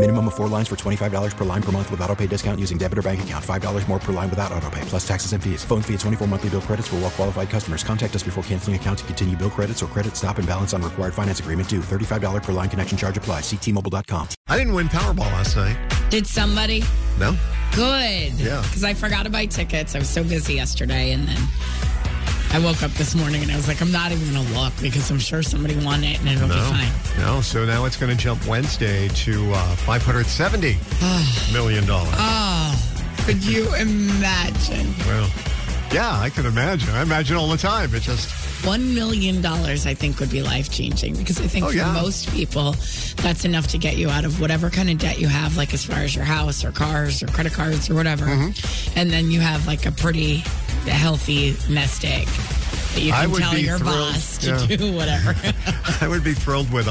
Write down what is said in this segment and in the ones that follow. Minimum of four lines for $25 per line per month with auto pay discount using debit or bank account. $5 more per line without auto pay, plus taxes and fees. Phone fee at 24 monthly bill credits for all well qualified customers. Contact us before canceling account to continue bill credits or credit stop and balance on required finance agreement due. $35 per line connection charge applies. Ctmobile.com. I didn't win Powerball last night. Did somebody? No. Good. Yeah. Because I forgot to buy tickets. I was so busy yesterday and then I woke up this morning and I was like, I'm not even going to look because I'm sure somebody won it and it'll no, be fine. No, so now it's going to jump Wednesday to uh, 570 million dollars. Oh, Ah. could you imagine? Well, yeah, I can imagine. I imagine all the time. It just one million dollars, I think, would be life changing because I think oh, for yeah. most people, that's enough to get you out of whatever kind of debt you have, like as far as your house or cars or credit cards or whatever. Mm-hmm. And then you have like a pretty healthy nest egg that you I can would tell be your thrilled. boss to Yeah. do whatever. I would be thrilled with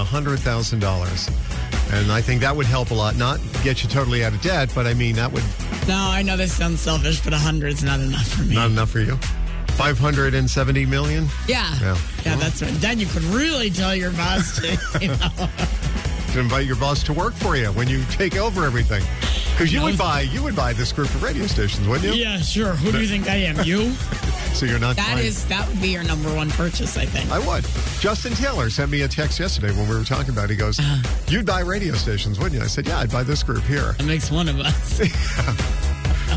$100,000. And I think that would help a lot. Not get you totally out of debt, but I mean, that would no, I know this sounds selfish, but a hundred's not enough for me. not enough for you. 570 million? yeah. Yeah. yeah. that's right. Then you could really tell your boss to, you know. To invite your boss to work for you when you take over everything. Because you would buy you would buy this group of radio stations, wouldn't you? Yeah, sure. Who do you think I am? You? So you're not That buying- is that would be your number one purchase, I think. I would. Justin Taylor sent me a text yesterday when we were talking about it. He goes, Uh-huh. You'd buy radio stations, wouldn't you? I said, Yeah, I'd buy this group here. That makes one of us.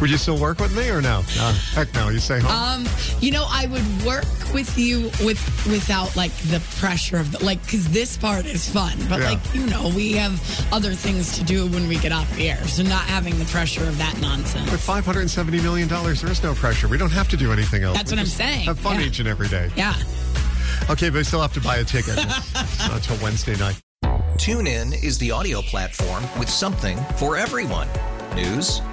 Would you still work with me or no? Uh, heck no. You stay home. Um, you know, I would work with you with without like the pressure of the, like because this part is fun, but Yeah. like you know, we have other things to do when we get off the air, so not having the pressure of that nonsense. With $570 million, there is no pressure. We don't have to do anything else. That's We what I'm just saying. Have fun Yeah. each and every day. Yeah, Okay, but we still have to buy a ticket It's not until Wednesday night. TuneIn is the audio platform with something for everyone. News.